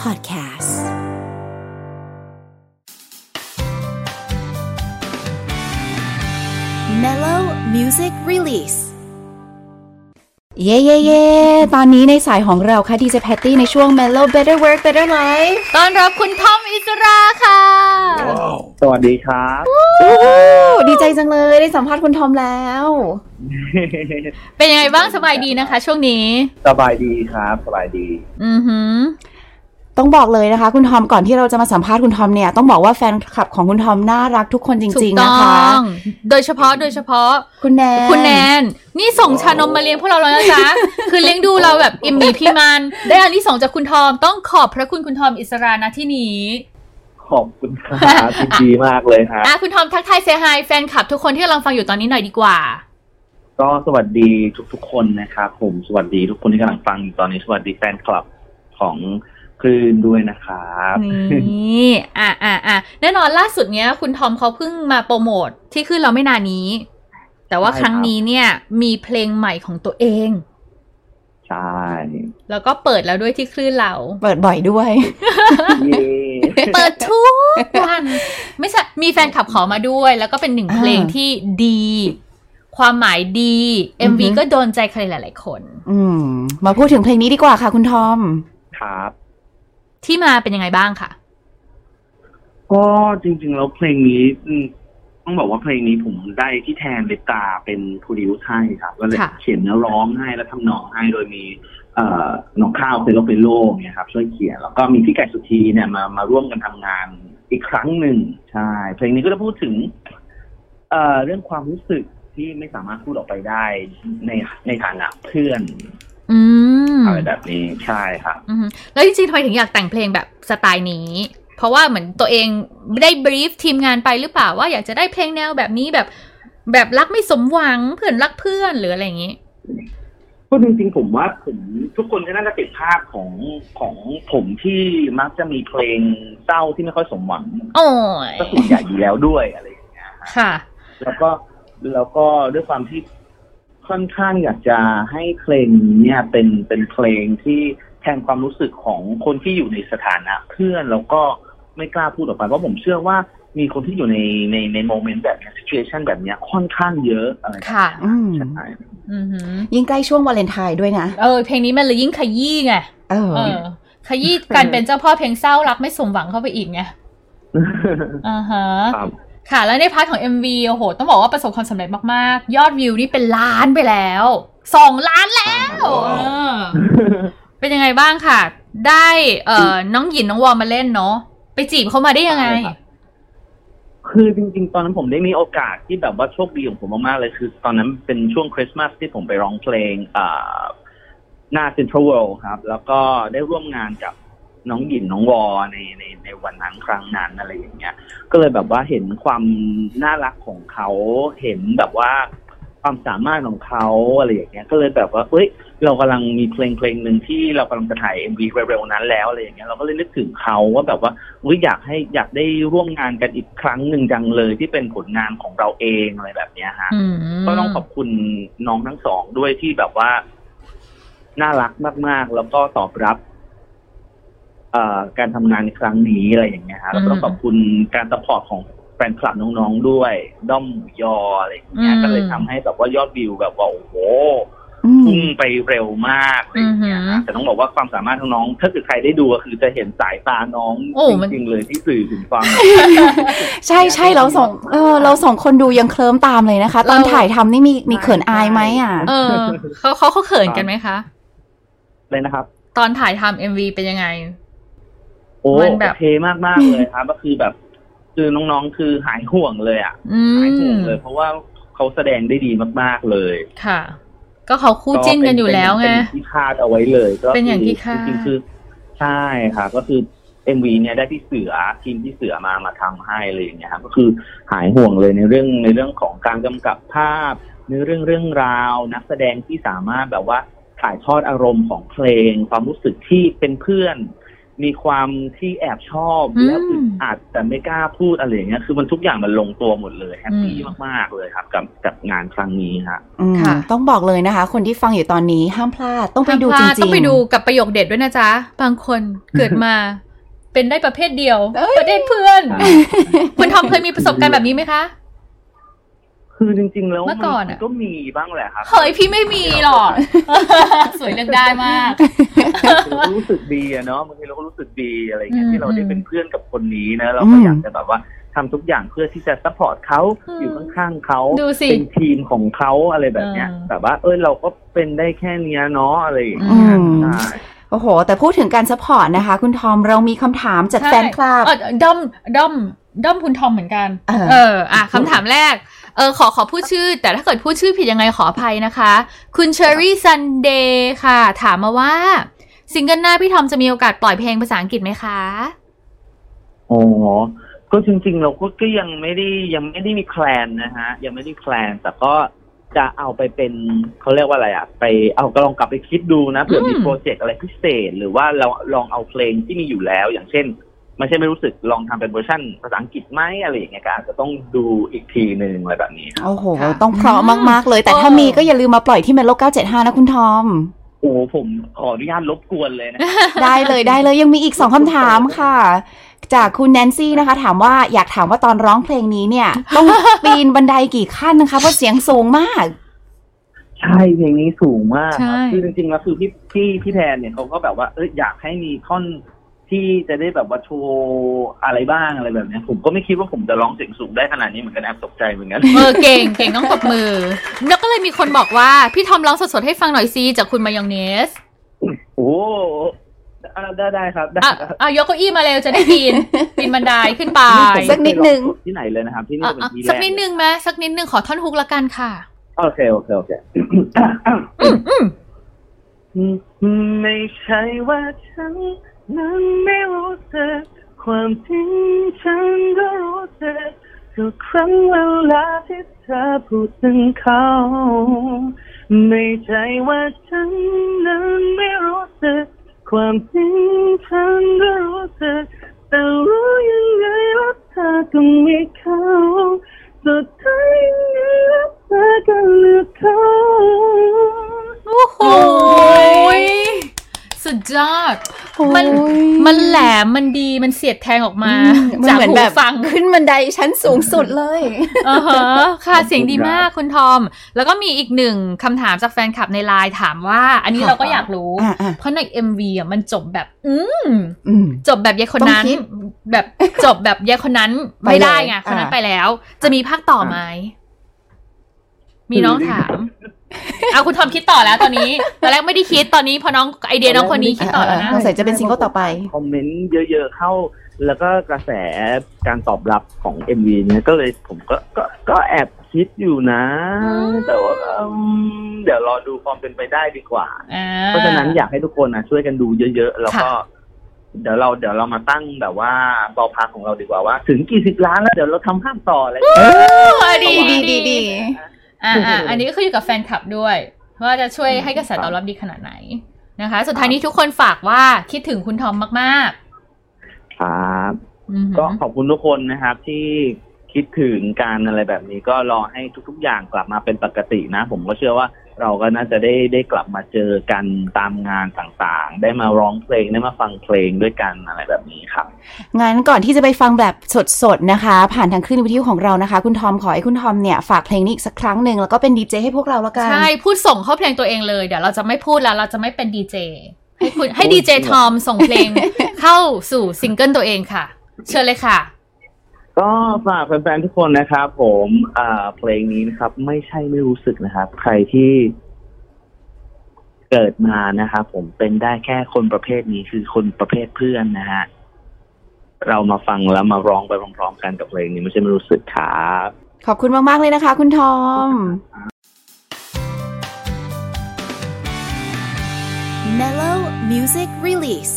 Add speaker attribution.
Speaker 1: Podcast Mellow Music Release เย่เย่เย่ตอนนี้ในสายของเราค่ะดีเจแพตตี้ในช่วง Mellow Better Work Better Life
Speaker 2: ต้อนรับคุณทอมอิสราค่ะ
Speaker 3: สวัสดีครับ
Speaker 1: โอ้ดีใจจังเลยได้สัมภาษณ์คุณทอมแล้ว
Speaker 2: เป็นยังไงบ้างสบายดีนะคะ ช่วงนี้
Speaker 3: สบายดีครับ สบายดี
Speaker 2: อือหือ
Speaker 1: ต้องบอกเลยนะคะ คุณทอมก่อนที่เราจะมาสัมภาษณ์คุณทอมเนี่ย ต้องบอกว่าแฟนคลับของคุณทอมน่ารักทุกคนจ
Speaker 2: ถู
Speaker 1: ริ
Speaker 2: ก
Speaker 1: ง ๆ
Speaker 2: ต้
Speaker 1: นะ
Speaker 2: อ
Speaker 1: คะ
Speaker 2: ง โดยเฉพาะโดยเฉพาะ
Speaker 1: คุณแนน
Speaker 2: คุณแนน นี่ส่งชานมมาเลี้ยงพวกเราแล้วนะจ๊ะ คือเลี้ยงดูเราแบบอิ่มหมีพี่มัน ได้อันที่สองจากคุณทอม ต้องขอบพระคุณคุณทอมอิสรานะที่นี้
Speaker 3: ขอบคุณครับยินดีมากเลยครับ
Speaker 2: อ่ะคุณทอมทักทายเซฮายแฟนคลับทุกคนที่กำลังฟังอยู่ตอนนี้หน่อยดีกว่า
Speaker 3: ก็สวัสดีทุกๆคนนะครับผม สวัสดีทุกคนที่กำลังฟังอยู่ตอนนี้ สวัสดีแฟนคลับของคลื่นด้วยนะครับ
Speaker 2: นี่ อ่ะอ่ะอ่ะแน่นอนล่าสุดเนี้ย คุณทอมเขาเพิ่งมาโปรโมทที่ขึ้นเราไม่นานนี้ แต่ว่า
Speaker 3: ใช่
Speaker 2: ค
Speaker 3: ครับ
Speaker 2: รั้งนี้เนี่ย มีเพลงใหม่ของตัวเอง
Speaker 3: ใช่
Speaker 2: แล้วก็เปิดแล้วด้วยที่คลื่นเรา
Speaker 1: เปิดบ่อยด้วย
Speaker 3: เย้
Speaker 2: เปิดทุกวัน ไม่ใช่มีแฟนคลับขอมาด้วย แล้วก็เป็นหนึ่งเพลง
Speaker 1: อ่า
Speaker 2: ที่ดี ความหมายดี
Speaker 1: อือฮึ
Speaker 2: MV ก็โดนใจใครหลาย ๆ คน
Speaker 1: อืม มาพูดถึงเพลงนี้ดีกว่าค่ะ คุณทอม
Speaker 3: ครับ
Speaker 2: ที่มาเป็นยังไงบ้างค่ะ
Speaker 3: ก็จริงๆแล้วเพลงนี้อืมต้องบอกว่าเพลงนี้ผมได้ที่แทนเลตาเป็นผู้ดิวซ์ให้ครับ ก็เลย
Speaker 2: ค่ะ
Speaker 3: เขียนเนื้อร้องให้และทำนองให้โดยมี เอ่อหนองข้าวเซโลเปโลเนี่ยครับ ช่วยเขียน แล้วก็มีพี่ไก่สุธีเนี่ยมามาร่วมกันทำงานอีกครั้งหนึ่งใช่ เพลงนี้ก็จะพูดถึง เอ่อเรื่องความรู้สึกที่ไม่สามารถพูดออกไปได้ในในฐานะเพื่อน
Speaker 2: อืม
Speaker 3: อะไรแบบนี้ใช่ครับ
Speaker 2: อืมแล้วจริงๆทำไมถึงอยากแต่งเพลงแบบสไตล์นี้ เพราะว่าเหมือนตัวเองได้บรีฟทีมงานไปหรือเปล่าว่าอยากจะได้เพลงแนวแบบนี้แบบ แบบรักไม่สมหวังเพื่อนรักเพื่อนหรืออะไรอย่างนี้
Speaker 3: ก็จริงๆผมว่าผมทุกคนก็น่าจะติดภาพของของผมที่มักจะมีเพลงเศร้าที่ไม่ค่อยสมหวัง
Speaker 2: โอ้ย
Speaker 3: ก็ส่วนใหญ่อยู่แล้วด้วยอะไรอย่างเงี้ยฮะ
Speaker 2: ค่ะ
Speaker 3: แล้วก็แล้วก็ด้วยความที่ค่อนข้างอยากจะให้เพลงนี้เนี่ยเป็นเป็นเพลงที่แทนความรู้สึกของคนที่อยู่ในสถานะเพื่อนแล้วก็ไม่กล้าพูดออกไปเพราะผมเชื่อว่ามีคนที่อยู่ในในในโมเมนต์แบบเนี้ซิเอชัน situation แบบเนี้ยค่อนข้างเยอะอะไรแบบ
Speaker 2: ค่ะ
Speaker 3: เ
Speaker 1: อื
Speaker 3: นี้ย
Speaker 1: ม
Speaker 3: ใช่
Speaker 2: อือหือ
Speaker 1: ยิ่งใกล้ช่วงวาเลนไทน์ด้วยนะ
Speaker 2: เออเพลงนี้มันเลยยิ่งขยี้ไง
Speaker 1: เออ
Speaker 2: เออ ขยี้การเป็นเจ้าพ่อเพลงเศร้ารักไม่สมหวังเข้าไปอีกไง อ่าฮะ
Speaker 3: ครับ
Speaker 2: ค่ะ แล้วในพาร์ทของ MV โอ้โห ต้องบอกว่าประสบความสำเร็จมากๆ ยอดวิวนี่เป็นล้านไปแล้วสองล้านแล้ว เออ เป็นยังไงบ้างค่ะ ได้ เอ่อ น้องหยินน้องวอมมาเล่นเนาะ ไปจีบเขามาได้ยังไง
Speaker 3: ใช่ครับ คือจริงๆ ตอนนั้นผมได้มีโอกาสที่แบบว่าโชคดีของผมมากๆ เลยคือ ตอนนั้นเป็นช่วงคริสต์มาสที่ผมไปร้องเพลงอ่าหน้าเซ็นทรัลเวิลด์ครับ แล้วก็ได้ร่วมงานกับน้องหยินน้องวอในในในวันนั้นครั้งนั้นอะไรอย่างเงี้ย ก็เลยแบบว่าเห็นความน่ารักของเขาเห็นแบบว่าความสามารถของเขาอะไรอย่างเงี้ย ก็เลยแบบว่าเอ้ย เรากำลังมีเพลงเพลงหนึ่งที่เรากำลังจะถ่ายเอ็มวีเร็วๆนั้นแล้วอะไรอย่างเงี้ยเราก็เลยนึกถึงเขาว่าแบบว่าอุ๊ยอยากให้อยากได้ร่วมงานกันอีกครั้งหนึ่งจังเลยที่เป็นผลงานของเราเองอะไรแบบเนี้ยฮะ
Speaker 2: อืม
Speaker 3: ก็ต้องขอบคุณน้องทั้งสองด้วยที่แบบว่า น่ารักมาก ๆ แล้วก็ตอบรับ เอ่อการทำงานในครั้งนี้อะไรอย่างเงี้ยฮะแล้วก็ต้องขอบคุณการสปอร์ตของแฟนคลับน้องๆด้วยด้อมหมูยออะไรอย่างเงี้ยก็เลยทำให้แบบว่ายอดวิวแบบว่าโอ้โห
Speaker 1: อืม
Speaker 3: พุ่งไปเร็วมากอะไรอย่างเงี้ยฮะแต่ต้องบอกว่าความสามารถของน้อง ถ้าเกิดใครได้ดูก็คือจะเห็นสายตาน้อง
Speaker 2: โอ้
Speaker 3: จ
Speaker 2: มัน
Speaker 3: ริงๆเลยที่สื่อถึง ความ
Speaker 1: ใช่ใช่เราสองเออ เราสองคนดูยังเคลิ้มตามเลยนะคะ ตอน
Speaker 2: เรา
Speaker 1: ถ่ายทำนี่มีมีเขินอายไหมอ่ะ
Speaker 2: เออเขาเขาเขาเขินกันไหมคะ
Speaker 3: เลยนะครับ
Speaker 2: ตอนถ่ายทำ MV เป็นยังไง
Speaker 3: โอ้
Speaker 2: มันแบบ
Speaker 3: โอเคมากมากๆเลยครับ ก็คือแบบ คือน้องๆคือหายห่วงเลยอ่ะ
Speaker 2: อื
Speaker 3: หายห่ว
Speaker 2: ม
Speaker 3: งเลย เพราะว่าเขาแสดงได้ดีมากๆเลย
Speaker 2: ค่ะ ก็เขาคู่จิ้นกันอยู่แล้วไง
Speaker 3: เป็นอย่างที่คาดเอาไว้เลยก็
Speaker 2: เป็นอย่างที่คาด
Speaker 3: จริงๆคือใช่ค่ะ ก็คือเอ็มวีเนี่ยได้พี่เสือทีมพี่เสือมามาทำให้เลยอย่างเงี้ยครับก็คือหายห่วงเลยในเรื่องในเรื่องของการกำกับภาพ ในเรื่องเรื่องราว นักแสดงที่สามารถแบบว่าถ่ายทอดอารมณ์ของเพลง ความรู้สึกที่เป็นเพื่อน มีความที่แอบชอบ
Speaker 2: อืม
Speaker 3: แล้วอึดอัดแต่ไม่กล้าพูดอะไรอย่างเงี้ยคือมันทุกอย่างมันลงตัวหมดเลยแฮปปี้
Speaker 2: อืม
Speaker 3: มากๆเลยครับ กับกับงานครั้งนี้ฮะ
Speaker 1: อืม
Speaker 2: ค่ะ
Speaker 1: ต้องบอกเลยนะคะ คนที่ฟังอยู่ตอนนี้ห้ามพลาดต้องไปดูจริง
Speaker 2: ห้ามพลา
Speaker 1: ๆ
Speaker 2: ต้องไปดูกับประโยคเด็ดด้วยนะจ๊ะ บางคนเกิดมา เป็นได้ประเภทเดียว
Speaker 1: เอ้ย
Speaker 2: ประเภทเพื่อน คุณทอมเคยมีประสบการณ์แบบนี้ไหมคะ
Speaker 3: คือจริง ๆ แล้ว
Speaker 2: เมื่
Speaker 3: มั
Speaker 2: อก่อนอะ
Speaker 3: ก็มีบ้างแหละครับ
Speaker 2: เฮ้ยพี่ไม่มีหรอก สวยเลือกได้มาก
Speaker 3: คือรู้สึกดีอะเนาะบางทีเราก็รู้สึกดีอะไรอย่างเงี้ย
Speaker 2: อืม
Speaker 3: ที่เราได้เป็นเพื่อนกับคนนี้นะเราก็
Speaker 1: อืม
Speaker 3: อยากจะแบบว่าทำทุกอย่างเพื่อที่จะซัพพอร์ตเขา
Speaker 2: อืม
Speaker 3: อยู่ข้างๆเขา
Speaker 2: ดูสิ
Speaker 3: เป็นทีมของเขาอะไรแบบเนี้ย
Speaker 2: เออ
Speaker 3: แต่ว่าเอ้ยเราก็เป็นได้แค่เนี้ยเนาะอะไรอย่าง
Speaker 1: อื
Speaker 3: เงี้ย
Speaker 1: ม
Speaker 3: ใช่
Speaker 1: โอ้โห แต่พูดถึงการซัพพอร์ตนะคะ คุณทอมเรามีคำถามจาก
Speaker 2: ใช่
Speaker 1: แฟนคลับ
Speaker 2: เออด้อมด้อมด้อมคุณทอมเหมือนกัน
Speaker 1: เออ
Speaker 2: เออ อ่ะคำถามแรก เออ ขอขอพูดชื่อ แต่ถ้าเกิดพูดชื่อผิดยังไงขออภัยนะคะ คุณเชอรี่ซันเดย์ค่ะ ถามมาว่า ซิงเกิลหน้าพี่ทอมจะมีโอกาสปล่อยเพลงภาษาอังกฤษไหมคะ
Speaker 3: โอ้ก็จริง ๆ เราก็ก็ยังไม่ได้ยังไม่ได้มีแพลนนะฮะ ยังไม่ได้แพลนแต่ก็จะเอาไปเป็นเขาเรียกว่าอะไรอะไปเอาก็ลองกลับไปคิดดูนะเผื่อมี
Speaker 2: อืม
Speaker 3: โปรเจกต์อะไรพิเศษ หรือว่าเราลองเอาเพลงที่มีอยู่แล้ว อย่างเช่น ไม่ใช่ไม่รู้สึกลองทำเป็นเวอร์ชันภาษาอังกฤษไหมอะไรอย่างเงี้ยก็อาจจะต้องดูอีกทีหนึ่งอะไรแบบนี้ครับ
Speaker 1: โอ้โห
Speaker 2: ค่ะ
Speaker 1: ต้องเพราะมาก ๆ เลย แต่
Speaker 2: เออ
Speaker 1: ถ้ามีก็อย่าลืมมาปล่อยที่เมโล975 นะคุณทอม
Speaker 3: โอ้ผมขออนุญาตรบกวนเลยนะ
Speaker 1: ได้เลยได้เลยยังมีอีก 2คำถามค่ะ จากคุณแนนซี่นะคะ ถามว่าอยากถามว่าตอนร้องเพลงนี้เนี่ย ต้อง ปีนบันไดกี่ขั้นนะคะ เพราะเสียงสูงมาก
Speaker 3: ใช่เพลงนี้สูงมากครับ
Speaker 2: ใช่
Speaker 3: คือจริงๆแล้วคือพี่พี่พี่แทนเนี่ยเขาก็แบบว่าเอยอยากให้มีท่อนที่จะได้แบบว่าโชว์อะไรบ้างอะไรแบบเนี้ยผมก็ไม่คิดว่าผมจะร้องเสียงสูงได้ขนาดนี้เหมือนกันแอบตกใจเหมื อนกัน
Speaker 2: เออเก่งเก่งต้องปรบมือ แล้วก็เลยมีคนบอกว่าพี่ทอมร้องสดๆให้ฟังหน่อยซิจากคุณมายองเนส
Speaker 3: โอ้โหอ่ะได้ได้ครับได้
Speaker 2: อ่ะ
Speaker 3: ครับ
Speaker 2: อ่ะยกเก้าอี้มาเร็วจะได้ปีนปีนบันไดขึ้นไป
Speaker 3: ผม
Speaker 1: สัก
Speaker 3: ไม่
Speaker 1: นิดนึง
Speaker 3: เคยร้อสที่ไหนเลยนะครับ ที่นี่
Speaker 2: อ่ะ
Speaker 3: เป็น
Speaker 2: อ่ะ
Speaker 3: ที่แรก
Speaker 2: สักนิดนึงไหมสักนิดนึงขอท่อนฮุกละกันค่ะ
Speaker 3: โอเคโอเคโอ เค
Speaker 2: อืม
Speaker 3: ไม่ใช่ว่าฉันนั้นไม่รู้สึกความจริงฉันก็รู้สึกทุกครั้งเวลาที่เธอพูดถึงเขา ไม่ใช่ว่าฉันนั้นไม่รู้สึกความจริงฉันก็รู้สึกแต่รู้ยังไงว่าเธอต้องมีเขาสุดท้ายยังไงว่าเธอก็เลือกเขา
Speaker 2: โอ้โหยสุดยอด มัน
Speaker 1: โอ้ย
Speaker 2: มันแหลมมันดีมันเสียดแทงออกมา
Speaker 1: อื
Speaker 2: จาก
Speaker 1: เหมือน
Speaker 2: หู
Speaker 1: แบบ
Speaker 2: ฟัง
Speaker 1: ขึ้นบันไดชั้นสูงสุดเลย
Speaker 2: เออฮะค่ะเสียงดีมากคุณทอม แล้วก็มีอีกหนึ่งคำถามจากแฟนคลับในไลน์ถามว่า อันนี้
Speaker 1: ค่ะ
Speaker 2: เราก็อยากรู้
Speaker 1: อ่ะอ่ะ
Speaker 2: เพราะใน MV อ่ะมันจบแบบ อืม
Speaker 1: อืม
Speaker 2: จบแบบยายคนนั้
Speaker 1: ต้อ
Speaker 2: น
Speaker 1: งคิด
Speaker 2: แบบ จบแบบยายคนนั้น
Speaker 1: ไปเลย
Speaker 2: ไม่ได้ไงคนนั้น
Speaker 1: อ่า
Speaker 2: ไปแล้ว จะมีภาคต่อไหมมีน้องถามเอาคุณทอมคิดต่อแล้วตอนนี้ตอนแรกไม่ได้คิดตอนนี้พอน้องไอเดียน้องคนนี้คิดต่อแล้วนะ
Speaker 1: สงสัยจะเป็นซิงเกิลต่อไป
Speaker 3: คอมเมนต์เยอะ ๆ เข้า แล้วก็กระแสการตอบรับของ MV เนี่ยก็เลยผมก็ก็ก็แอบคิดอยู่นะ
Speaker 2: อืม
Speaker 3: แต่ว่าอืมเดี๋ยวรอดูความเป็นไปได้ดีกว่า
Speaker 2: อ่
Speaker 3: เพราะฉะนั้นอยากให้ทุกคนนะช่วยกันดูเยอะๆ แล้วก็ เดี๋ยวเราเดี๋ยวเรามาตั้งแบบว่าเบาพักของเราดีกว่าว่า ถึงกี่สิบล้านแล้วเดี๋ยวเราทำห้างต่ออะไรอย่างเงี้ย
Speaker 2: เออดี
Speaker 1: ดีดีดี
Speaker 2: อ่าอ่าอันนี้ก็ขึ้นอยู่กับแฟนคลับด้วย ว่าจะช่วยให้กระแสตอบรับดีขนาดไหนนะคะ สุดท้ายนี้ทุกคนฝากว่าคิดถึงคุณทอมมาก
Speaker 3: ครับ
Speaker 2: ๆอือหือ
Speaker 3: ก็ขอบคุณทุกคนนะครับที่คิดถึงการอะไรแบบนี้ก็รอให้ทุกๆ อย่างกลับมาเป็นปกตินะ ผมก็เชื่อว่าเราก็น่าจะได้ได้กลับมาเจอกันตามงานต่างๆ ได้มาร้องเพลงได้มาฟังเพลงด้วยกันอะไรแบบนี้ครับ
Speaker 1: งั้นก่อนที่จะไปฟังแบบสดๆนะคะ ผ่านทางคลื่นวิทยุของเรานะคะ คุณทอมขอให้คุณทอมเนี่ย ฝากเพลงนี้อีกสักครั้งหนึ่งแล้วก็เป็นดีเจให้พวกเราละกัน
Speaker 2: ใช่ พูดส่งเข้าเพลงตัวเองเลย เดี๋ยวเราจะไม่พูดแล้ว เราจะไม่เป็นดีเจให้คุณให้ดีเจทอมส่งเพลงเข้าสู่ซิงเกิลตัวเองค่ะ เชิญเลยค่ะ
Speaker 3: ก็ฝากแฟนๆทุกคนนะครับ ผมอ่าเพลงนี้นะครับ ไม่ใช่ไม่รู้สึกนะครับ ใครที่เกิดมานะครับผมเป็นได้แค่คนประเภทนี้คือคนประเภทเพื่อนนะฮะเรามาฟังแล้วมาร้องไปพร้อมๆกันกับเพลงนี้ไม่ใช่ไม่รู้สึกครับ
Speaker 1: ขอบคุณมากๆเลยนะคะ คุณทอม
Speaker 4: Mellow Music Release.